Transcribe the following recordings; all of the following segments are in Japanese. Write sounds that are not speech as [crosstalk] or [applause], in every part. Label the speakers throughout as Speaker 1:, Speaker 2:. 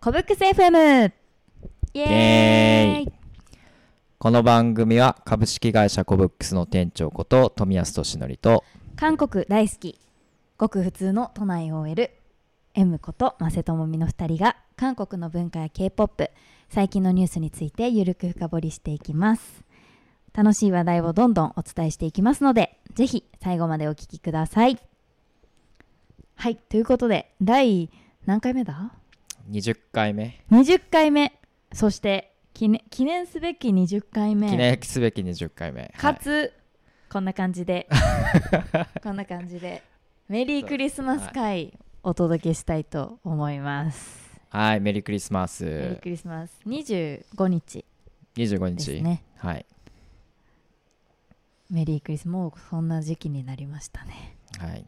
Speaker 1: コブックス FM! イ
Speaker 2: イ
Speaker 1: エーイ
Speaker 2: エーイこの番組は株式会社コブックスの店長こと富安俊則と
Speaker 1: 韓国大好きごく普通の都内 OL M ことマセトモミの2人が韓国の文化や K-POP 最近のニュースについてゆるく深掘りしていきます楽しい話題をどんどんお伝えしていきますのでぜひ最後までお聞きくださいはいということで第何回目だ
Speaker 2: 20回目
Speaker 1: 20回目そして記念記念すべき20回目
Speaker 2: 記念すべき20回目
Speaker 1: か
Speaker 2: はい
Speaker 1: つ、こんな感じ
Speaker 2: [laughs]
Speaker 1: でこんな感じでメリークリスマス会お届けしたいと思います、
Speaker 2: はい、メリークリスマ
Speaker 1: メリー
Speaker 2: ス
Speaker 1: クリスマス25日
Speaker 2: 25
Speaker 1: です
Speaker 2: 日、
Speaker 1: ね
Speaker 2: はい、
Speaker 1: メリークリスもうそんな時期になりましたね
Speaker 2: はい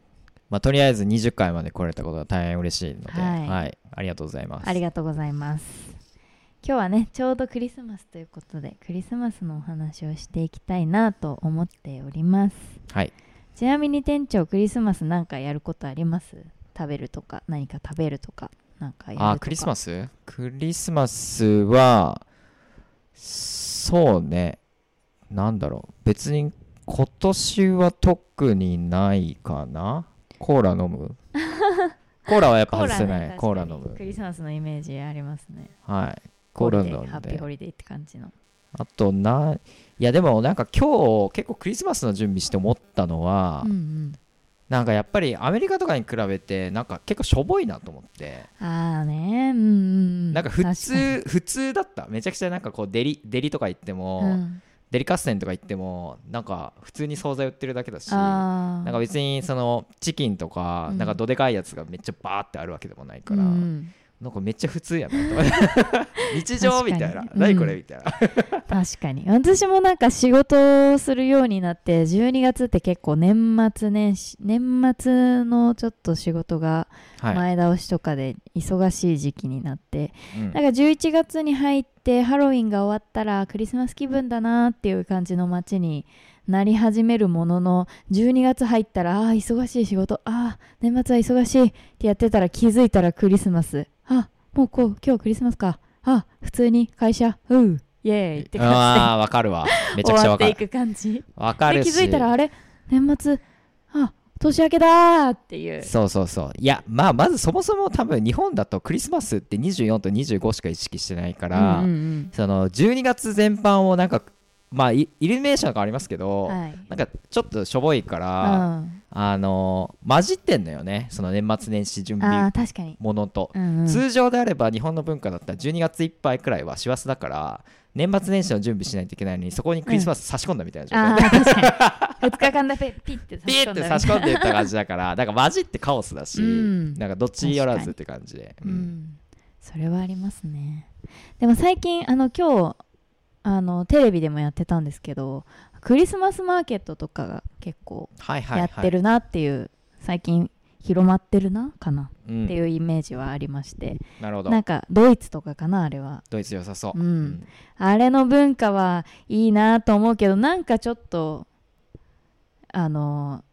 Speaker 2: まあ、とりあえず20回まで来れたことは大変嬉しいので、
Speaker 1: は
Speaker 2: はいいありがとうございます
Speaker 1: ありがとうございます今日はねちょうどクリスマスということでクリスマスのお話をしていきたいなと思っております
Speaker 2: はい
Speaker 1: ちなみに店長クリスマスなんかやることあります食べるとか何か食べるとかなんかやるとか
Speaker 2: あークリスマスクリスマスはそうねなんだろう別に今年は特にないかなコーラ飲
Speaker 1: [laughs]
Speaker 2: むコーラはやっぱ外せないコーラ,、飲
Speaker 1: ク
Speaker 2: む
Speaker 1: リスマスのイメージありますね
Speaker 2: はいコーラ飲
Speaker 1: ホリデーハ
Speaker 2: ん
Speaker 1: ッピーホ
Speaker 2: で
Speaker 1: リデーって感じの
Speaker 2: あとないやでもなんか今日結構クリスマスの準備して思ったのは、
Speaker 1: うん
Speaker 2: なんかやっぱりアメリカとかに比べてなんか結構しょぼいなと思って
Speaker 1: うんああねうんうん
Speaker 2: なんか普
Speaker 1: 確
Speaker 2: 通普通だっためちゃくちゃなんかこうデリデリとか行っても、
Speaker 1: かにうん
Speaker 2: デリカス店とか行ってもなんか普通に惣菜売ってるだけだしな
Speaker 1: あ
Speaker 2: んか別にそのチキンとか
Speaker 1: うん
Speaker 2: なんかどでかいやつがめっちゃバーってあるわけでもないから、
Speaker 1: うんうん
Speaker 2: なんかめっちゃ普通やなと思って [laughs] 日常みたいな
Speaker 1: 確かに
Speaker 2: 何こ
Speaker 1: う
Speaker 2: れ
Speaker 1: ん
Speaker 2: みたいな、
Speaker 1: 確かに私もなんか仕事をするようになって12月って結構年末年始年末のちょっと仕事が
Speaker 2: はい、
Speaker 1: 前倒しとかで忙しい時期になって、
Speaker 2: うん
Speaker 1: なんか11月に入ってハロウィンが終わったらクリスマス気分だなっていう感じの街になり始めるものの12月入ったらあー忙しい仕事あー年末は忙しいってやってたら気づいたらクリスマスあもうこう今日クリスマスかあ普通に会社うんイエーイって感
Speaker 2: ああわかるわめ
Speaker 1: じで
Speaker 2: ち
Speaker 1: [laughs] 終
Speaker 2: ゃくち
Speaker 1: わ
Speaker 2: ゃ
Speaker 1: っ
Speaker 2: わ
Speaker 1: て
Speaker 2: か
Speaker 1: い
Speaker 2: る
Speaker 1: く感じ
Speaker 2: わか
Speaker 1: で
Speaker 2: るし
Speaker 1: 気づいたらあれ年末あ年明けだーっていう
Speaker 2: そうそうそういやまあまずそもそも多分日本だとクリスマスって24と25しか意識してないから、
Speaker 1: うんうん
Speaker 2: その12月全般をなんかまあイイルミネーションとかありますけど、
Speaker 1: うんはい
Speaker 2: なんかちょっとしょぼいから、
Speaker 1: うん
Speaker 2: あの混じってんのよねその年末年始準
Speaker 1: あー
Speaker 2: 備
Speaker 1: 確かに、
Speaker 2: ものと、
Speaker 1: うんうん
Speaker 2: 通常であれば日本の文化だったら12月いっぱいくらいは師走だから年末年始の準備しないといけないのにそこにクリスマス差し込んだみたいな状
Speaker 1: あ
Speaker 2: 態で、
Speaker 1: あ確かに2日間だけピッて差
Speaker 2: [laughs] ピ
Speaker 1: し込
Speaker 2: ーっ
Speaker 1: んだ
Speaker 2: て
Speaker 1: みたい
Speaker 2: 差
Speaker 1: な
Speaker 2: し込んでいった感じだか
Speaker 1: [laughs]
Speaker 2: らだから混じってカオスだし、
Speaker 1: うん
Speaker 2: なんかどっち寄らずって感じで、
Speaker 1: う
Speaker 2: うん
Speaker 1: んそれはありますねでも最近あの今日あのテレビでもやってたんですけどクリスマスマーケットとかが結構
Speaker 2: はいはいは
Speaker 1: や
Speaker 2: い
Speaker 1: ってるなっていう、最近広まってるなかな
Speaker 2: うん
Speaker 1: っていうイメージはありまして、
Speaker 2: なるほど
Speaker 1: なんかドイツとかかなあれは
Speaker 2: ドイツ良さそう、
Speaker 1: うんあれの文化はいいなと思うけどなんかちょっとあの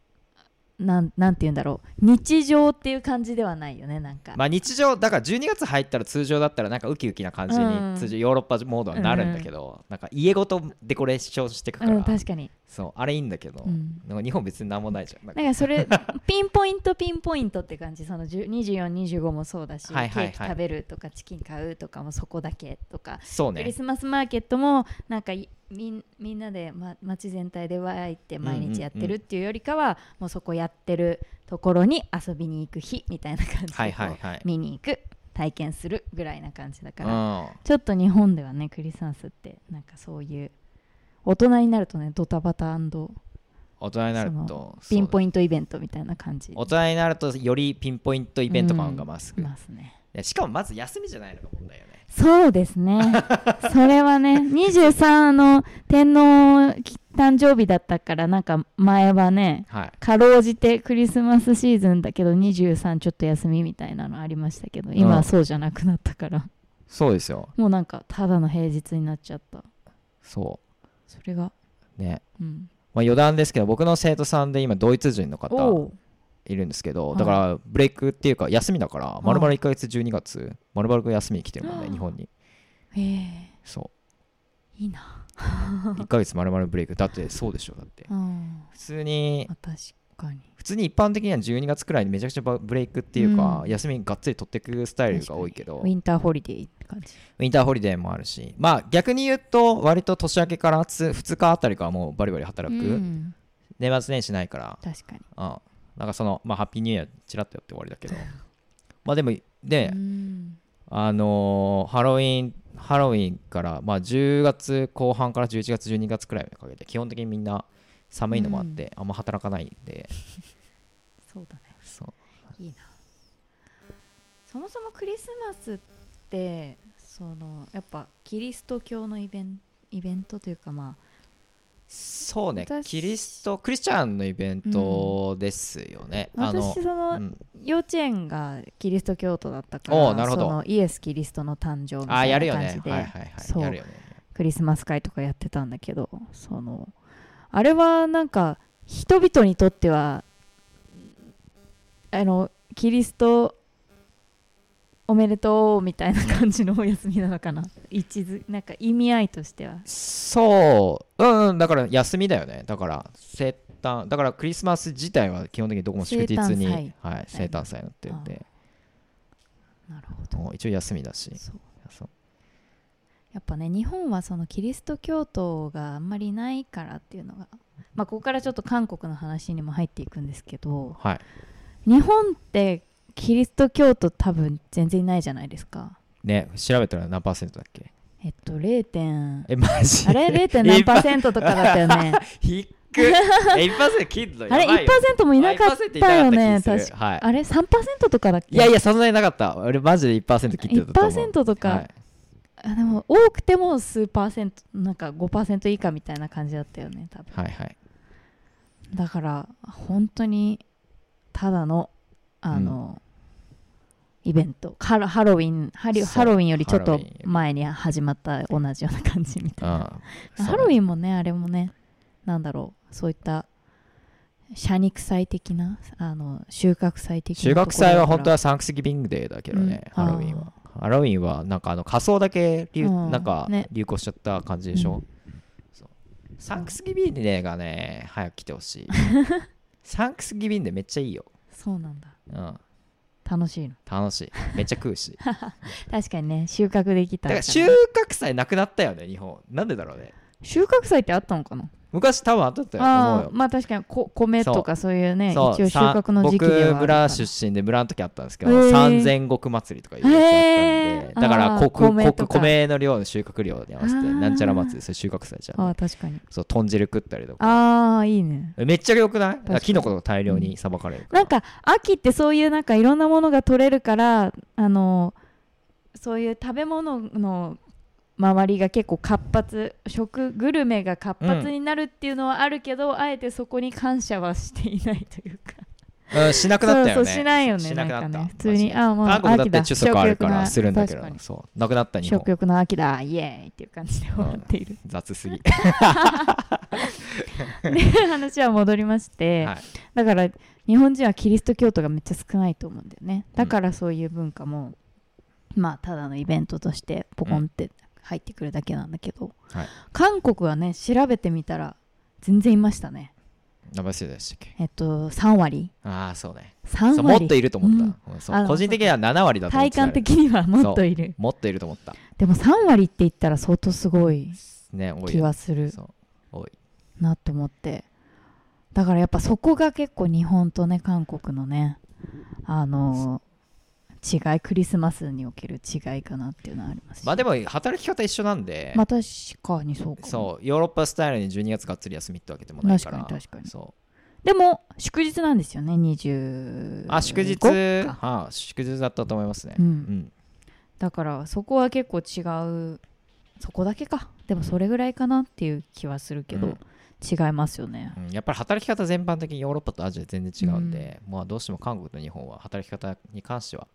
Speaker 1: なんなんて言うんだろう日常っていう感じではないよねなんか、
Speaker 2: まあ日常だから12月入ったら通常だったらなんかウキウキな感じ
Speaker 1: うん
Speaker 2: に通常ヨーロッパモードはなるんだけど、なんか家ごとデコレーションしてくから、
Speaker 1: うん、確かに、
Speaker 2: そうあれいいんだけど、
Speaker 1: うん、
Speaker 2: なんか日本別に何もないじゃんなんか
Speaker 1: なんかそれ [laughs] ピンポイントピンポイントって感じその2425もそうだし、
Speaker 2: はいはいはい
Speaker 1: ケーキ食べるとかチキン買うとかもそこだけとか、
Speaker 2: そう
Speaker 1: クリ
Speaker 2: ね
Speaker 1: スマスマーケットもなんかいみんみんなで、ま、街全体でわーいって毎日やってるっていうよりかは、もうそこやってるところに遊びに行く日みたいな感じで、
Speaker 2: はいはいはい
Speaker 1: こう見に行く体験するぐらいな感じだ
Speaker 2: う
Speaker 1: か
Speaker 2: ん
Speaker 1: ら、ちょっと日本ではねクリスマスってなんかそういう大人になるとねドタバタ
Speaker 2: 大人になる
Speaker 1: そ
Speaker 2: と
Speaker 1: のピンポ
Speaker 2: イン
Speaker 1: イントイベントみたいな感じ
Speaker 2: 大人になるとよりピンポイントイベント感が増す、い
Speaker 1: ますね
Speaker 2: やしかもまず休みじゃないのが問題よね
Speaker 1: そうですね
Speaker 2: [laughs]
Speaker 1: それはね23の天皇誕生日だったからなんか前はね
Speaker 2: はい
Speaker 1: かろうじてクリスマスシーズンだけど23ちょっと休みみたいなのありましたけど今
Speaker 2: う
Speaker 1: は
Speaker 2: ん
Speaker 1: そうじゃなくなったから、
Speaker 2: そうですよ
Speaker 1: もうなんかただの平日になっちゃった
Speaker 2: そ
Speaker 1: それが
Speaker 2: うね
Speaker 1: うん
Speaker 2: まあ余談ですけど僕の生徒さんで今ドイツ人の方
Speaker 1: お
Speaker 2: いるんですけど
Speaker 1: はい
Speaker 2: だからブレイクっていうか休みだから
Speaker 1: い
Speaker 2: まるまる1ヶ月12月まるまる休みに来てるもんね
Speaker 1: あ
Speaker 2: 日本に
Speaker 1: ええ
Speaker 2: そ
Speaker 1: いいな [laughs]
Speaker 2: う1ヶ月まるまるブレイクだってそうでしょだって
Speaker 1: うん
Speaker 2: 普通に
Speaker 1: あ確かに
Speaker 2: 普通に一般的には12月くらいにめちゃくちゃばブレイクっていうか
Speaker 1: うん
Speaker 2: 休みがっつり取ってくスタイルが多いけど
Speaker 1: ウィンターホリデーって感じ
Speaker 2: ウィンターホリデーもあるしまあ逆に言うと割と年明けからつ2日あたりからもうバリバリ働
Speaker 1: う
Speaker 2: く
Speaker 1: ん、
Speaker 2: 年末年始ないから
Speaker 1: 確かに
Speaker 2: うんなんかそのまあハッピーニューイヤーちらっとやって終わりだけどまあでもで
Speaker 1: うん
Speaker 2: あのーハロウィンハロウィンからまあ10月後半から11月12月くらいにかけて基本的にみんな寒いのもあってあんま働かないんで
Speaker 1: そうだね
Speaker 2: そう
Speaker 1: いいなそもそもクリスマスってそのやっぱキリスト教のイベンイベントというかまあ
Speaker 2: そうね
Speaker 1: 私
Speaker 2: キリストクリスチャンのイベントですよね、あの
Speaker 1: 私その
Speaker 2: うん
Speaker 1: 幼稚園がキリスト教徒だったか
Speaker 2: お
Speaker 1: ら
Speaker 2: うなるほど
Speaker 1: そのイエス・キリストの誕生み
Speaker 2: あ
Speaker 1: た
Speaker 2: ー
Speaker 1: い
Speaker 2: やる
Speaker 1: な
Speaker 2: よ
Speaker 1: 感
Speaker 2: ね
Speaker 1: じで、
Speaker 2: はいはいはい
Speaker 1: そう
Speaker 2: やるよね
Speaker 1: クリスマス会とかやってたんだけどそのあれはなんか人々にとってはあのキリストおめでとうみたいな感じのお休みなのかな位置づなんか意味合いとしては
Speaker 2: そううん、うん、だから休みだよねだから生誕だからクリスマス自体は基本的にどこも祝日
Speaker 1: 生誕
Speaker 2: に
Speaker 1: 祭
Speaker 2: はい、生誕祭になってるんで
Speaker 1: なるほ
Speaker 2: もう一応休みだし
Speaker 1: そう
Speaker 2: そう
Speaker 1: やっぱね日本はそのキリスト教徒があんまりいないからっていうのが、まあ、ここからちょっと韓国の話にも入っていくんですけど
Speaker 2: はい
Speaker 1: 日本ってキリスト教徒多分全然いないじゃないですか
Speaker 2: ね調べたら何パーセントだっけ
Speaker 1: えっと0点
Speaker 2: えマジ
Speaker 1: あ
Speaker 2: [laughs]
Speaker 1: れ 0. 点何パーセントとかだったよね
Speaker 2: ひっく
Speaker 1: [laughs]
Speaker 2: え1%切るのや
Speaker 1: あ
Speaker 2: ば
Speaker 1: れ
Speaker 2: いよ
Speaker 1: 1%もいなかったよね
Speaker 2: あ1%いなかった気
Speaker 1: 確
Speaker 2: す
Speaker 1: か
Speaker 2: るはい
Speaker 1: あれ3%とかだっけ
Speaker 2: いやいや、そんなになかった。俺、マジで1%切ってたと思う。
Speaker 1: 1%とか
Speaker 2: はい
Speaker 1: あでも多くても数パーセントなんか5%以下みたいな感じだったよね多分
Speaker 2: はいはい。
Speaker 1: だから本当にただのあの、イベントハロハロウィンハリ
Speaker 2: そう
Speaker 1: ハロウィンよりちょっ
Speaker 2: ハ
Speaker 1: と
Speaker 2: ロウィンより
Speaker 1: 前に始まった同じような感じみたいな、まあ
Speaker 2: うん。
Speaker 1: ハロウ
Speaker 2: ン
Speaker 1: ィンもねあれもねなんだろうそういった社肉祭的なあの収穫祭的な
Speaker 2: 修学祭は本当
Speaker 1: は
Speaker 2: はサンクスギビングデーだけどね、
Speaker 1: うん
Speaker 2: ハロウィンは。ハロウィンは、なんかあの仮装だけ流、
Speaker 1: うん
Speaker 2: なんか
Speaker 1: ね
Speaker 2: 流行しちゃった感じでしょ。
Speaker 1: う
Speaker 2: そうサンクスギビングデーがね、早く来て
Speaker 1: [laughs]
Speaker 2: ほしい。サンクスギビングデーめっちゃいいよ。
Speaker 1: そうなんだ
Speaker 2: うん。
Speaker 1: 楽しいの
Speaker 2: 楽しい。めっちゃ食
Speaker 1: [laughs]
Speaker 2: うし。
Speaker 1: 確かにね収穫できた
Speaker 2: だ
Speaker 1: ら
Speaker 2: から収穫祭なくなったよね、日本。なんでだろうね。
Speaker 1: 収穫祭ってあったのかな
Speaker 2: 昔多分あったと思う
Speaker 1: あ
Speaker 2: よ
Speaker 1: あ。まあ確かにこ米とかそういうね一
Speaker 2: そう
Speaker 1: 応収穫の時期ではある
Speaker 2: さ
Speaker 1: から
Speaker 2: 僕村出身で村の時あったんですけど、
Speaker 1: へー
Speaker 2: 三千石祭りとかいうやつだったん
Speaker 1: へ
Speaker 2: で
Speaker 1: ー
Speaker 2: だから
Speaker 1: あー
Speaker 2: 国米
Speaker 1: 米
Speaker 2: 国
Speaker 1: とか
Speaker 2: 米の量の収穫量に合わせ
Speaker 1: あ
Speaker 2: て
Speaker 1: ー
Speaker 2: なんちゃら祭りそれ収穫祭じゃ
Speaker 1: あ
Speaker 2: ん
Speaker 1: あ確かに
Speaker 2: そう豚汁食ったりとか
Speaker 1: ああいいね
Speaker 2: めっちゃ良くないだか
Speaker 1: 確からに
Speaker 2: キノコとか大量にさばかれるから
Speaker 1: なんか秋ってそういうなんかいろんなものが取れるからあのそういう食べ物の周りが結構活発食グルメが活発になるっていうのはあるけど、あえてそこに感謝はしていないというか
Speaker 2: うんしなくなったよ
Speaker 1: そう
Speaker 2: ね
Speaker 1: そうしないよね
Speaker 2: しなくなっ
Speaker 1: ん
Speaker 2: た
Speaker 1: かね普通に
Speaker 2: マジで
Speaker 1: ああもう
Speaker 2: 韓国だっ
Speaker 1: 秋
Speaker 2: て
Speaker 1: だ
Speaker 2: 中足ある
Speaker 1: 食欲
Speaker 2: か
Speaker 1: の
Speaker 2: ら
Speaker 1: 秋
Speaker 2: するんだけど
Speaker 1: 確かに
Speaker 2: そうなくなった日
Speaker 1: 食
Speaker 2: 本
Speaker 1: 欲の秋だイエーイっていう感じで終わっている、[laughs]
Speaker 2: 雑すぎ
Speaker 1: で [laughs] 話は戻りまして、
Speaker 2: はい
Speaker 1: だから日本人はキリスト教徒がめっちゃ少ないと思うんだよねだからそういう文化も、まあただのイベントとしてポコンって入ってくるだけなんだけど、
Speaker 2: はい
Speaker 1: 韓国はね調べてみたら全然いましたね
Speaker 2: 名前忘れてましたっけ
Speaker 1: えっと3割
Speaker 2: ああそうね
Speaker 1: 3
Speaker 2: そうもっと
Speaker 1: 割
Speaker 2: いると思った、うんそう
Speaker 1: あの
Speaker 2: 個人的には7割だと思
Speaker 1: 体
Speaker 2: ってた
Speaker 1: 感的にはもっといる
Speaker 2: もっといると思った
Speaker 1: でも3割って言ったら相当すごい
Speaker 2: ね多いよね
Speaker 1: 気はする
Speaker 2: そう多い
Speaker 1: なと思ってだからやっぱそこが結構日本とね韓国のねあの違いクリスマスにおける違いかなっていうのはあります
Speaker 2: まあで
Speaker 1: も、
Speaker 2: も働き方一緒なんで、
Speaker 1: まあ、確かにそうかも
Speaker 2: そうヨーロッパスタイルに12月がっつり休みってわけでもないから
Speaker 1: 確かに確かに
Speaker 2: そう
Speaker 1: でも祝日なんですよね20
Speaker 2: あ祝日
Speaker 1: か
Speaker 2: はあ、祝日だったと思いますね、
Speaker 1: う
Speaker 2: うん
Speaker 1: ん、だからそこは結構違うそこだけかでもそれぐらいかなっていう気はするけど、
Speaker 2: うん
Speaker 1: 違いますよね
Speaker 2: うんやっぱり働き方全般的にヨーロッパとアジアで全然違うんで、まあどうしても韓国と日本は働き方に関しては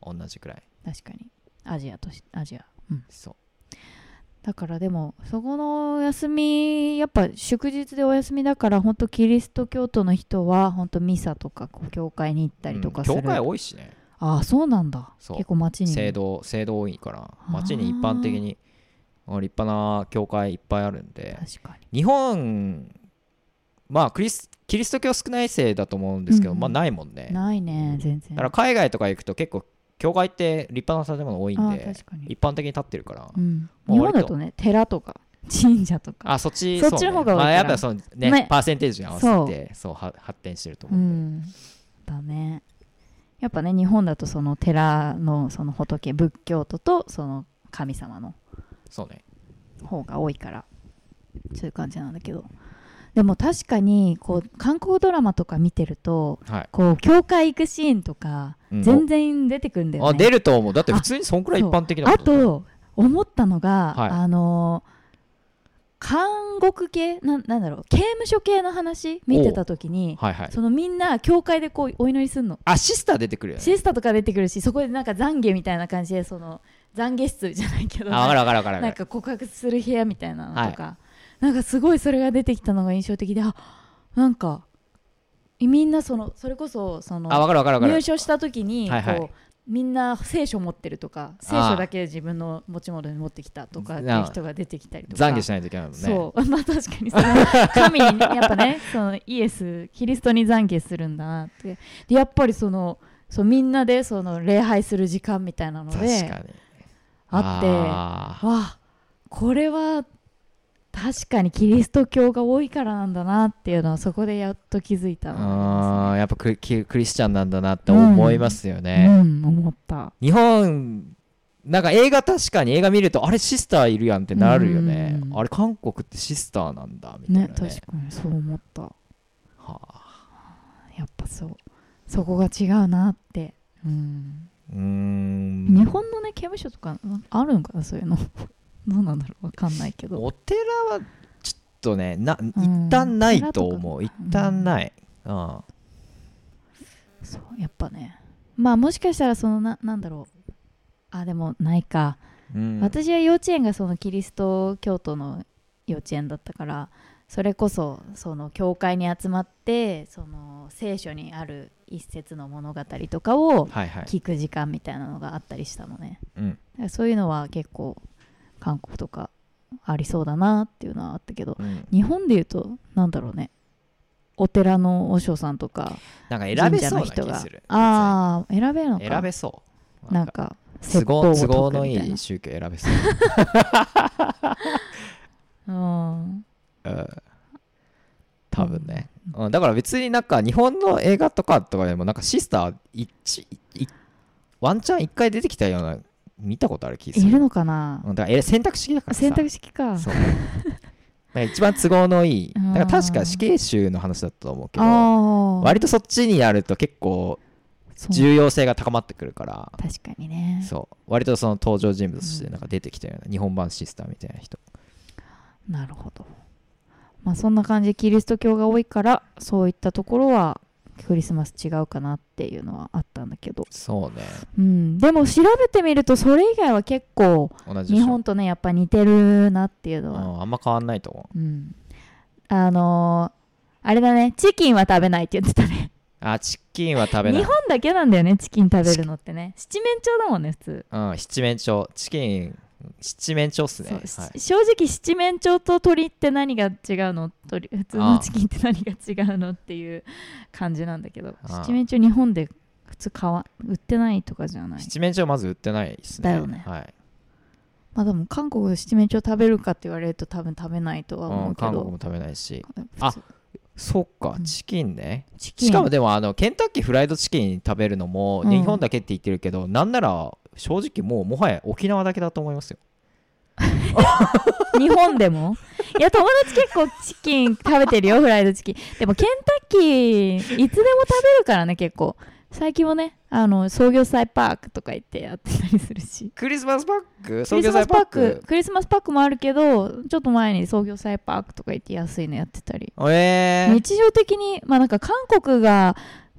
Speaker 2: 同じくらい
Speaker 1: 確かにアジアとしアジアうん
Speaker 2: そう
Speaker 1: だからでもそこの休みやっぱ祝日でお休みだから本当キリスト教徒の人は本当ミサとかこう教会に行ったりとかする、
Speaker 2: うん教会多いしね
Speaker 1: ああそうなんだ
Speaker 2: そう
Speaker 1: 結構街に
Speaker 2: 聖堂聖堂多いから
Speaker 1: ー
Speaker 2: 街に一般的にあ立派な教会いっぱいあるんで
Speaker 1: 確かに
Speaker 2: 日本まあクリスキリスト教少ないせいだと思うんですけど、
Speaker 1: うんうん
Speaker 2: まあないもんねだ
Speaker 1: ないね全然
Speaker 2: から海外とか行くと結構教会って立派な建物多いん
Speaker 1: ああ
Speaker 2: で
Speaker 1: 確かに、
Speaker 2: 一般的に立ってるから、
Speaker 1: うん、
Speaker 2: まあ
Speaker 1: 日本だ
Speaker 2: 割と
Speaker 1: とね寺とか神社とか
Speaker 2: あそっち
Speaker 1: そっちの方が多いから
Speaker 2: まあ、やっぱそのね
Speaker 1: ね
Speaker 2: パーセンテージに合わせてそうは発展してると
Speaker 1: う
Speaker 2: 思う、
Speaker 1: んだねやっぱね日本だとその寺のその仏仏教徒とその神様の
Speaker 2: そうね
Speaker 1: 方が多いからそういう感じなんだけどでも確かにこう韓国ドラマとか見てると
Speaker 2: はい、
Speaker 1: こう教会行くシーンとか
Speaker 2: うん
Speaker 1: 全然出てくるんだよね、
Speaker 2: あ出ると思うだって普通にそんくらい一般的な
Speaker 1: あ
Speaker 2: ことだよ
Speaker 1: と思ったのが、
Speaker 2: はい
Speaker 1: あの韓国系なんなんだろう刑務所系の話見てた時に
Speaker 2: はいはい
Speaker 1: そのみんな教会でこうお祈りするの
Speaker 2: あシスター出てくるよね
Speaker 1: シスターとか出てくるしそこでなんか懺悔みたいな感じでその懺悔室じゃないけど
Speaker 2: あ分かる分かる分かる
Speaker 1: な
Speaker 2: 分
Speaker 1: ん
Speaker 2: か
Speaker 1: か
Speaker 2: る
Speaker 1: 告白する部屋みたいなのとか、なんかすごいそれが出てきたのが印象的であなんかみんなそのそれこそそ
Speaker 2: あ分
Speaker 1: の
Speaker 2: かる分かる分か
Speaker 1: 入
Speaker 2: る
Speaker 1: 所した時にこう、
Speaker 2: はいはい
Speaker 1: みんな聖書持ってるとか聖書だけ自分の持ち物に持ってきたとかっていう人が出てきたりとか
Speaker 2: 懺悔しないといけないもんね
Speaker 1: そう [laughs] まあ確かにその神にねやっぱねそのイエスキリストに懺悔するんだなってでやっぱりそのそうみんなでその礼拝する時間みたいなの
Speaker 2: 確かに
Speaker 1: であって
Speaker 2: あ
Speaker 1: わあこれは確かにキリスト教が多いからなんだなっていうのはそこでやっと気づいたの
Speaker 2: あ
Speaker 1: があ
Speaker 2: ーやっぱクリキクリスチャンなんだなって思いますよ
Speaker 1: りますね
Speaker 2: ね、
Speaker 1: うん思った
Speaker 2: 日本なんか映画確かに映画見るとあれシスターいるやんってなるよね
Speaker 1: うん
Speaker 2: あれ韓国ってシスターなんだみたいな
Speaker 1: ね
Speaker 2: ね
Speaker 1: 確かにそう思った
Speaker 2: はあ
Speaker 1: やっぱそうそこが違うなってうん
Speaker 2: うーん
Speaker 1: 日本のね刑務所とかうんあるのかなそういうの [laughs] どうなんだろうわかんないけど
Speaker 2: お寺はちょっとねな
Speaker 1: うん
Speaker 2: 一旦ないと思う、
Speaker 1: 寺
Speaker 2: 一
Speaker 1: とか
Speaker 2: 旦ない、うん
Speaker 1: そうやっぱねまあもしかしたらそのななんだろうあでもないか
Speaker 2: うん
Speaker 1: 私は幼稚園がそのキリスト教徒の幼稚園だったからそれこそその教会に集まってその聖書にある一節の物語とかを
Speaker 2: はいはい、
Speaker 1: 聞く時間みたいなのがあったりしたのね
Speaker 2: うん
Speaker 1: だからそういうのは結構韓国とかありそうだなっていうのはあったけど
Speaker 2: うん
Speaker 1: 日本でいうとなんだろうねお寺の和尚さんとか
Speaker 2: なんか選べ
Speaker 1: 神社
Speaker 2: そう
Speaker 1: の
Speaker 2: な
Speaker 1: 人
Speaker 2: 気
Speaker 1: が
Speaker 2: する
Speaker 1: ああ選べるの
Speaker 2: 別に選
Speaker 1: か
Speaker 2: べそう
Speaker 1: なんか
Speaker 2: 都
Speaker 1: 説法
Speaker 2: 合
Speaker 1: を
Speaker 2: 都
Speaker 1: 説
Speaker 2: 合
Speaker 1: く
Speaker 2: の
Speaker 1: み
Speaker 2: い
Speaker 1: たいない
Speaker 2: 宗教選
Speaker 1: [laughs]
Speaker 2: べそう、
Speaker 1: うん
Speaker 2: うん、多分ね、うん、だから別になんか日本の映画とかとかでもなんかシスター一いワンチャン一回出てきたような見たことある気する
Speaker 1: いるのかな
Speaker 2: うんだからえ選択肢だからさ
Speaker 1: 選択式か
Speaker 2: そうだから一番都合のいい
Speaker 1: [laughs] あー
Speaker 2: だから確か死刑囚の話だったと思うけど
Speaker 1: ああ
Speaker 2: 割とそっちにやると結構
Speaker 1: そう
Speaker 2: 重要性が高まってくるから
Speaker 1: 確かにね
Speaker 2: そう割とその登場人物としてなんか出てきたような日本版シスターみたいな人
Speaker 1: なるほどまあそんな感じでキリスト教が多いからそういったところはクリスマス違うかなっていうのはあったんだけど、
Speaker 2: そうね
Speaker 1: うん、でも調べてみるとそれ以外は結構
Speaker 2: 同じで
Speaker 1: 日
Speaker 2: しょ
Speaker 1: 本とねやっぱ似てるなっていう
Speaker 2: う
Speaker 1: のは、
Speaker 2: んあんま変わんないと思う
Speaker 1: うん、あのーあれだねチキンは食べないって言ってたね
Speaker 2: あチキンは食べな
Speaker 1: 日
Speaker 2: い
Speaker 1: 本だけなんだよねチキン食べるのってね七面鳥だもんね普通
Speaker 2: うん七面鳥チキン七面鳥っすね
Speaker 1: そう
Speaker 2: はい
Speaker 1: し正直七面鳥と鳥って何が違うの鳥普通
Speaker 2: あ
Speaker 1: の
Speaker 2: あ
Speaker 1: チキンって何が違うのっていう感じなんだけど
Speaker 2: ああ
Speaker 1: 七面鳥日本で普通買わ売ってないとかじゃない、
Speaker 2: 七面鳥まず売ってないですね
Speaker 1: だよね
Speaker 2: はい
Speaker 1: まあ、でも韓国で七面鳥食べるかって言われると多分食べないとは思
Speaker 2: うん
Speaker 1: うけ
Speaker 2: 韓
Speaker 1: ど、
Speaker 2: 国も食べないし
Speaker 1: 普通
Speaker 2: そっか
Speaker 1: うん
Speaker 2: チキンね
Speaker 1: チキン
Speaker 2: しかもでもあのケンタッキーフライドチキン食べるのも
Speaker 1: うん
Speaker 2: 日本だけって言ってるけど、なんなら正直もうもはや沖縄だけだと思いますよ
Speaker 1: 日本で [laughs] もいや友達結構チキン食べてるよフライドチキンでもケンタッキーいつでも食べるからね結構最近もねあの創業祭パークとか行ってやってたりするし
Speaker 2: クリスマスパック
Speaker 1: ク
Speaker 2: 創
Speaker 1: リス
Speaker 2: 業
Speaker 1: マ
Speaker 2: 祭
Speaker 1: スパ
Speaker 2: パ
Speaker 1: ッ
Speaker 2: ック
Speaker 1: ククリスマスパックもあるけどちょっと前に創業祭パークとか行って安いのやってたり
Speaker 2: えー、
Speaker 1: 日常的にまあなんか韓国が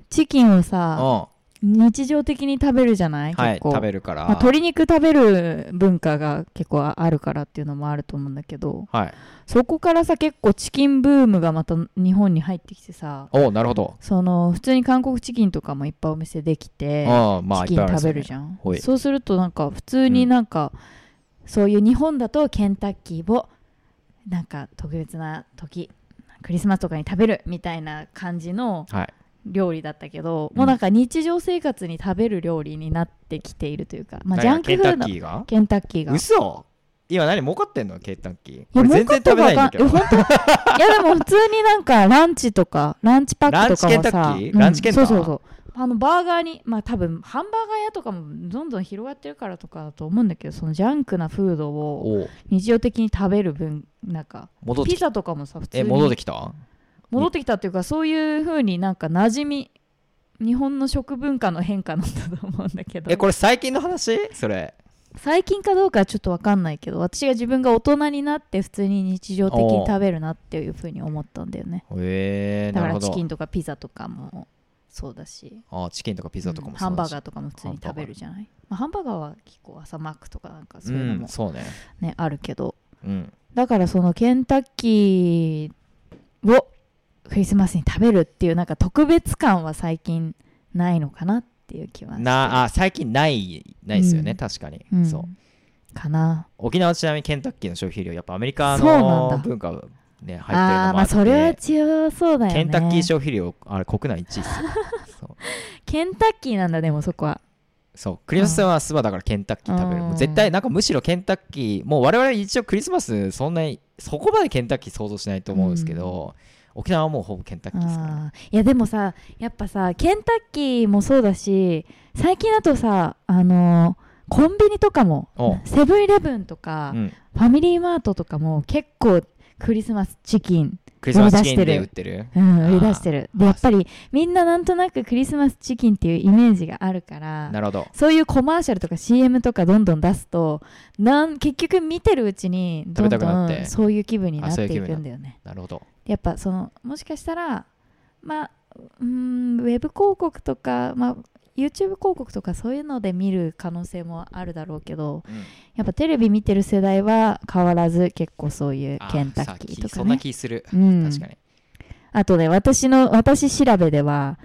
Speaker 1: チキンをさ
Speaker 2: う
Speaker 1: 日常的に食べるじゃない
Speaker 2: はい
Speaker 1: 結構、
Speaker 2: 食べるから、
Speaker 1: まあ、鶏肉食べる文化が結構あるからっていうのもあると思うんだけど
Speaker 2: はい
Speaker 1: そこからさ結構チキンブームがまた日本に入ってきてさ
Speaker 2: おなるほど、
Speaker 1: その普通に韓国チキンとかもいっぱいお店できて
Speaker 2: ああまあ
Speaker 1: チキン食べ
Speaker 2: いっぱいありますよね
Speaker 1: るじゃん、
Speaker 2: ほい
Speaker 1: そうするとなんか普通になんか、そういう日本だとケンタッキーをなんか特別な時クリスマスとかに食べるみたいな感じの
Speaker 2: はい
Speaker 1: 料理だったけど、
Speaker 2: うん
Speaker 1: もうなんか日常生活に食べる料理になってきているというか、まあ、ジャ
Speaker 2: 何
Speaker 1: ン
Speaker 2: が
Speaker 1: クフー
Speaker 2: ケンタ
Speaker 1: ド
Speaker 2: ッキーが
Speaker 1: ケンタッキーが。
Speaker 2: 嘘今何儲かってんのケンタッキー
Speaker 1: いや
Speaker 2: 俺全然食べないんだけど
Speaker 1: 儲かってるかわかんいや本当いやでも普通になんかランチとかランチパックとかもさ
Speaker 2: ランチケンタッキーランチケンタ
Speaker 1: うんそうそうそうあのバーガーにまあ多分ハンバーガー屋とかもどんどん広がってるからとかだと思うんだけどそのジャンクなフードを
Speaker 2: おう
Speaker 1: 日常的に食べる分なんか
Speaker 2: 戻っ
Speaker 1: ピ
Speaker 2: てき
Speaker 1: ザとかもさ普通
Speaker 2: え
Speaker 1: に
Speaker 2: 戻ってきた
Speaker 1: 戻ってきたっていうかそういう風になんか馴染み日本の食文化の変化なんだと思うんだけど
Speaker 2: えこれ最近の話それ
Speaker 1: 最近かどうかはちょっとわかんないけど私が自分が大人になって普通に日常的に食べるなっていう風に思ったんだよね
Speaker 2: えー、
Speaker 1: だ
Speaker 2: な
Speaker 1: から
Speaker 2: るほ
Speaker 1: チ
Speaker 2: ど
Speaker 1: キンとかピザとかもそうだし
Speaker 2: あーチキンとかピザとかも
Speaker 1: うんハンバーガー
Speaker 2: ー
Speaker 1: とかも普通に食べるじゃないまあハンバーガーは結構朝マックとかなんかそういうの
Speaker 2: うん
Speaker 1: も
Speaker 2: そうね
Speaker 1: ね、あるけど
Speaker 2: うん
Speaker 1: だからそのケンタッキーをクリスマスに食べるっていうなんか特別感は最近ないのかなっていう気はして
Speaker 2: なあ最近ないないですよね、
Speaker 1: うん
Speaker 2: 確かに、
Speaker 1: うん
Speaker 2: そう
Speaker 1: かな
Speaker 2: 沖縄はちなみにケンタッキーの消費量やっぱアメリカ
Speaker 1: そうなんだ
Speaker 2: の文化がね入ってるのも
Speaker 1: あ
Speaker 2: あ
Speaker 1: あーまあ
Speaker 2: って
Speaker 1: それは強そうだよね
Speaker 2: ケンタッキー消費量あれ国内1位
Speaker 1: [laughs]
Speaker 2: っすよそう
Speaker 1: ケンタッキーなんだでもそこは
Speaker 2: そうクリスマスはスバだからケンタッキー食べる、
Speaker 1: うん
Speaker 2: もう絶対なんかむしろケンタッキーもう我々一応クリスマスそんなにそこまでケンタッキー想像しないと思うんですけど、沖縄はもうほぼケンタッキーですから、ね、
Speaker 1: あーいやでもさやっぱさケンタッキーもそうだし最近だとさあのーコンビニとかも
Speaker 2: おう
Speaker 1: セブンイレブンとか、
Speaker 2: うん、
Speaker 1: ファミリーマートとかも結構クリスマスチキン、
Speaker 2: クリスマスチキンで売ってる
Speaker 1: うん、売り出してる
Speaker 2: あー
Speaker 1: でやっぱりみんななんとなくクリスマスチキンっていうイメージがあるから
Speaker 2: なるほど
Speaker 1: そういうコマーシャルとか CM とかどんどん出すとなん結局見てるうちにどん
Speaker 2: 食べたく
Speaker 1: ど
Speaker 2: なって
Speaker 1: んそういう気分にな
Speaker 2: あ
Speaker 1: っ
Speaker 2: そう
Speaker 1: て
Speaker 2: い
Speaker 1: いう
Speaker 2: 気分
Speaker 1: く
Speaker 2: に
Speaker 1: んだよね
Speaker 2: なるほど
Speaker 1: やっぱそのもしかしたらまあうーんウェブ広告とか、まあ、YouTube 広告とかそういうので見る可能性もあるだろうけど
Speaker 2: うん
Speaker 1: やっぱテレビ見てる世代は変わらず結構そういう
Speaker 2: あ
Speaker 1: ケンタッキーと
Speaker 2: さっきそ
Speaker 1: か
Speaker 2: んな
Speaker 1: ね
Speaker 2: 気する、
Speaker 1: うん
Speaker 2: 確かに
Speaker 1: あとね私の私調べでは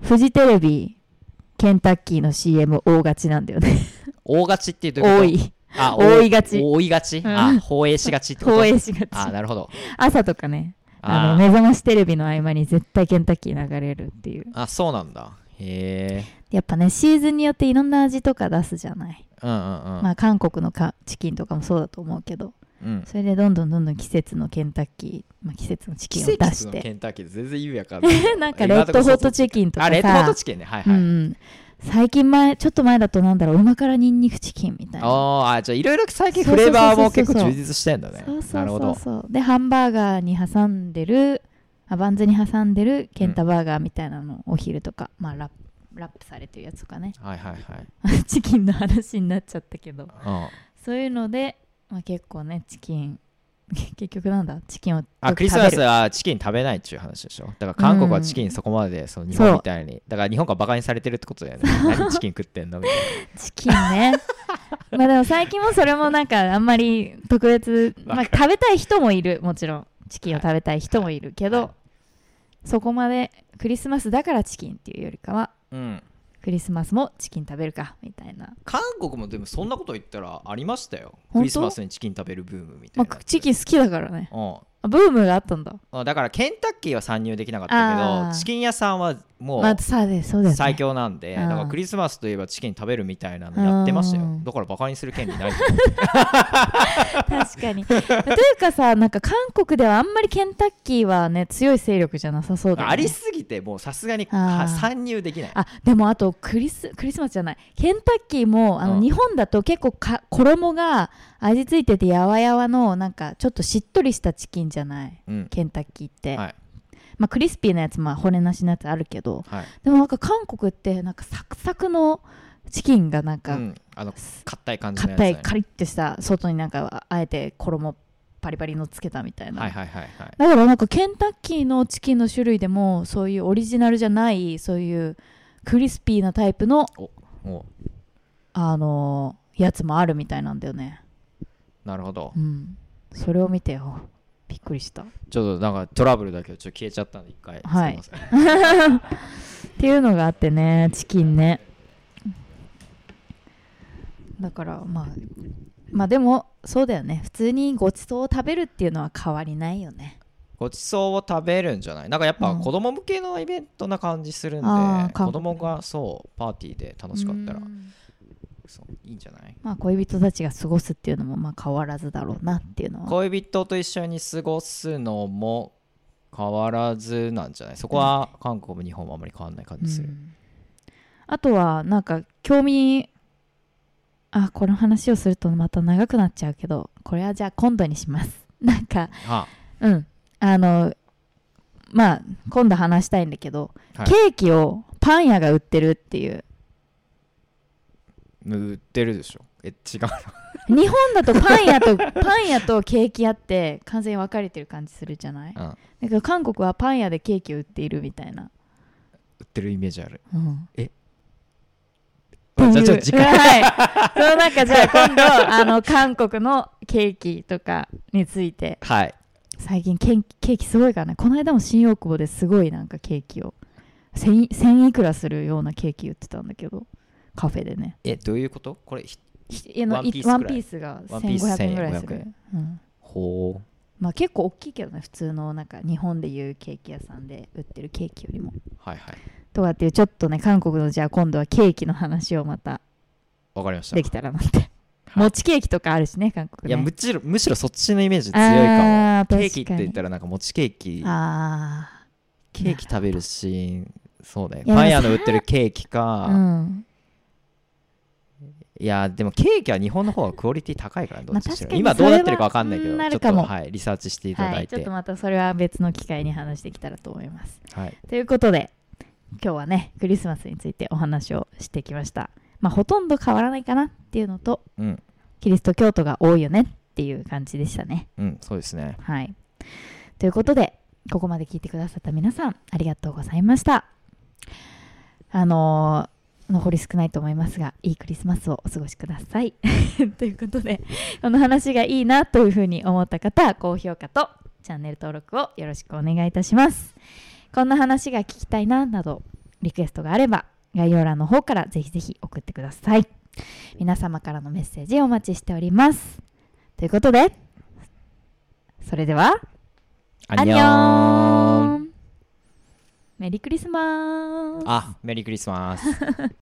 Speaker 1: フジテレビケンタッキーの CM 大勝ちなんだよね
Speaker 2: 大勝ちっていうとどう
Speaker 1: 多
Speaker 2: いうこと
Speaker 1: い
Speaker 2: あ
Speaker 1: 多いがち
Speaker 2: 多いがち、
Speaker 1: ん
Speaker 2: あ放映しがちってこと
Speaker 1: 放映しがち
Speaker 2: あなるほど
Speaker 1: 朝とかねあの
Speaker 2: あ
Speaker 1: 目覚ましテレビの合間に絶対ケンタッキー流れるっていう
Speaker 2: あそうなんだへえ
Speaker 1: やっぱねシーズンによっていろんな味とか出すじゃない、
Speaker 2: うんうんうん、
Speaker 1: まあ韓国のかチキンとかもそうだと思うけど
Speaker 2: うん
Speaker 1: それでどんどんどんどん季節のケンタッキー、まあ、季節のチキンを出
Speaker 2: 奇
Speaker 1: し
Speaker 2: 跡の
Speaker 1: て
Speaker 2: ケンタッキー全然意味わかんない
Speaker 1: なんかレッドホットチキンとか
Speaker 2: あ
Speaker 1: さ
Speaker 2: レッドホットチキンねはいはい、
Speaker 1: うんうん、最近前ちょっと前だとなんだろう馬からニンニクチキンみたいな
Speaker 2: あーあじゃあいろいろ最近
Speaker 1: そう
Speaker 2: フ
Speaker 1: そう
Speaker 2: レ
Speaker 1: そう
Speaker 2: ー
Speaker 1: そう
Speaker 2: バーも結構充実してんだね
Speaker 1: そうそ
Speaker 2: な
Speaker 1: う
Speaker 2: るほ
Speaker 1: そう
Speaker 2: ど
Speaker 1: そうでハンバーガーに挟んでるあバンズに挟んでるケンタバーガーみたいなの、お昼とか、まあ、ラップラップされてるやつとかね
Speaker 2: はいはいは
Speaker 1: [laughs]
Speaker 2: い
Speaker 1: チキンの話になっちゃったけど
Speaker 2: うん
Speaker 1: そういうので、まあ、結構ねチキン結局なんだチキンを
Speaker 2: あ
Speaker 1: よく
Speaker 2: クリスマス
Speaker 1: 食べる
Speaker 2: はチキン食べないっていう話でしょだから韓国はチキンそこまでその日本みたいにだから日本がバカにされてるってこ
Speaker 1: [laughs]
Speaker 2: とだよね何チキン食ってんのみたい
Speaker 1: チキン
Speaker 2: [laughs]
Speaker 1: ねまあでも最近もそれもなんかあんまり特別、まあ、
Speaker 2: わか
Speaker 1: 食べたい人もいるもちろんチキンを食べたい人もいるけど、
Speaker 2: はいは
Speaker 1: そこまでクリスマスだからチキンっていうよりかは
Speaker 2: な、うん、
Speaker 1: クリスマスもチキン食べるかみたいな、
Speaker 2: 韓国もでもそんなこと言ったらありましたよ
Speaker 1: 当
Speaker 2: クリスマスにチキン食べるブームみた
Speaker 1: ま
Speaker 2: いな
Speaker 1: あ、チキン好きだからね
Speaker 2: うん
Speaker 1: あブームがあったんだ
Speaker 2: あだからケンタッキーは参入できなかった
Speaker 1: あー
Speaker 2: けどチキン屋さんはもう
Speaker 1: まあそうですそうです、ね、
Speaker 2: 最強なんで、
Speaker 1: うん
Speaker 2: だからクリスマスといえばチキン食べるみたいなのやってました
Speaker 1: う
Speaker 2: よ
Speaker 1: ん
Speaker 2: だからバカにする権利ないと
Speaker 1: 確かにというかさなんか韓国ではあんまりケンタッキーはね強い勢力じゃなさそうだよね
Speaker 2: ありすぎてもうさすがに
Speaker 1: あー
Speaker 2: は参入できない
Speaker 1: あでもあとクリスクリスマスじゃないケンタッキーもあ
Speaker 2: う
Speaker 1: の
Speaker 2: ん
Speaker 1: 日本だと結構か衣が味付いててやわやわのなんかちょっとしっとりしたチキンじゃない
Speaker 2: うん
Speaker 1: ケンタッキーって、
Speaker 2: はい
Speaker 1: まあ、クリスピーなやつ、まあ、骨なしのやつあるけど
Speaker 2: はい、
Speaker 1: でもなんか韓国ってなんかサクサクのチキンがなん
Speaker 2: う
Speaker 1: か
Speaker 2: ん、あの硬い感じのやつ
Speaker 1: 硬
Speaker 2: だ
Speaker 1: い
Speaker 2: よね
Speaker 1: カリッとした外になんかあえて衣パリパリのつけたみたいな、
Speaker 2: はいはいはいはい
Speaker 1: だからなんかケンタッキーのチキンの種類でもそういうオリジナルじゃないそういうクリスピーなタイプの、
Speaker 2: お
Speaker 1: あのーやつもあるみたいなんだよね
Speaker 2: なるほど
Speaker 1: うんそれを見てよびっくりしたっ
Speaker 2: ちょっとなんかトラブルだけどちょっと消えちゃったんで一回すい
Speaker 1: はい
Speaker 2: ません
Speaker 1: ていうのがあってねチキンねだからまあまあでもそうだよね普通にごちそうを食べるっていうのは変わりないよね
Speaker 2: ごちそうを食べるんじゃないなんかやっぱ
Speaker 1: うん
Speaker 2: 子供向けのイベントな感じするんで、
Speaker 1: あーか
Speaker 2: 子供がそうパーティーで楽しかったら
Speaker 1: うん
Speaker 2: そういいんじゃない
Speaker 1: まあ恋人たちが過ごすっていうのもまあ変わらずだろうなっていうのは
Speaker 2: 恋人と一緒に過ごすのも変わらずなんじゃないそこは韓国も日本もあんまり変わんない感じする、
Speaker 1: うんあとはなんか興味あこの話をするとまた長くなっちゃうけどこれはじゃあ今度にします [laughs] なんか
Speaker 2: は
Speaker 1: うんあのまあ今度話したいんだけど、
Speaker 2: はい
Speaker 1: ケーキをパン屋が売ってるっていう
Speaker 2: 売ってるでしょえ違う
Speaker 1: 日本だとパン屋と [laughs] パン屋とケーキ屋って完全に分かれてる感じするじゃない、
Speaker 2: うん
Speaker 1: だけど韓国はパン屋でケーキを売っているみたいな、
Speaker 2: 売ってるイメージある
Speaker 1: うん
Speaker 2: じゃあちょっと
Speaker 1: って
Speaker 2: 時
Speaker 1: いう
Speaker 2: 間
Speaker 1: [laughs] はい。そのなんかじゃあ今度、あの、韓国のケーキとかについて、
Speaker 2: はい
Speaker 1: 最近ケンケーキすごいからね、この間も新大久保ですごいなんかケーキを、1000い1000いくらするようなケーキ売ってたんだけど、カフェでね。
Speaker 2: えどういうことこれひ
Speaker 1: ひあの
Speaker 2: ワンピー
Speaker 1: い
Speaker 2: ス
Speaker 1: ワン
Speaker 2: くらい
Speaker 1: ピースが
Speaker 2: ワンピース
Speaker 1: 1500円ぐらいす
Speaker 2: 1500
Speaker 1: る
Speaker 2: 円。
Speaker 1: うん
Speaker 2: ほ
Speaker 1: まあ結構大きいけどね、普通のなんか日本でいうケーキ屋さんで売ってるケーキよりも。
Speaker 2: うはいはい
Speaker 1: とかっていう、ちょっとね、韓国のじゃあ今度はケーキの話をまた
Speaker 2: わかりました
Speaker 1: できたらなって。餅ケーキとかあるしね、韓
Speaker 2: い
Speaker 1: 国ね。
Speaker 2: やむしろむしろそっちのイメージ強いか
Speaker 1: あー
Speaker 2: も
Speaker 1: 確
Speaker 2: ケ
Speaker 1: に
Speaker 2: ーキって言ったらなんか餅ケーキ
Speaker 1: あ
Speaker 2: ケーキ食べるシーンそうだよ
Speaker 1: いや
Speaker 2: パン屋の売ってるケーキか
Speaker 1: あ、、うん、
Speaker 2: いやでもケーキは日本の方がクオリティ高いからどっちにし
Speaker 1: まあ確
Speaker 2: ろ、
Speaker 1: かに
Speaker 2: 今どうなってるかわかんないけ
Speaker 1: そ
Speaker 2: ど
Speaker 1: れはうん
Speaker 2: ちょっ
Speaker 1: なるか
Speaker 2: と、
Speaker 1: も
Speaker 2: はい、リサーチしていただ
Speaker 1: はいい、ち
Speaker 2: て、
Speaker 1: ょっとまたそれは別の機会に話してきたらと思います。
Speaker 2: はい、
Speaker 1: ということで今日はねクリスマスについてお話をしてきました。まあほとんど変わらないかなっていうのと
Speaker 2: うん
Speaker 1: キリスト教徒が多いよねっていう感じでしたね。
Speaker 2: うんそうですね
Speaker 1: はい、ということでここまで聞いてくださった皆さんありがとうございました。あのー残り少ないと思いますがいいクリスマスをお過ごしください。 [laughs] ということでこの話がいいなというふうに思った方は高評価とチャンネル登録をよろしくお願いいたします。こんな話が聞きたいななどリクエストがあれば概要欄の方からぜひぜひ送ってください。皆様からのメッセージお待ちしております。ということでそれでは。
Speaker 2: アニョーン
Speaker 1: メリークリスマス
Speaker 2: あメリークリスマス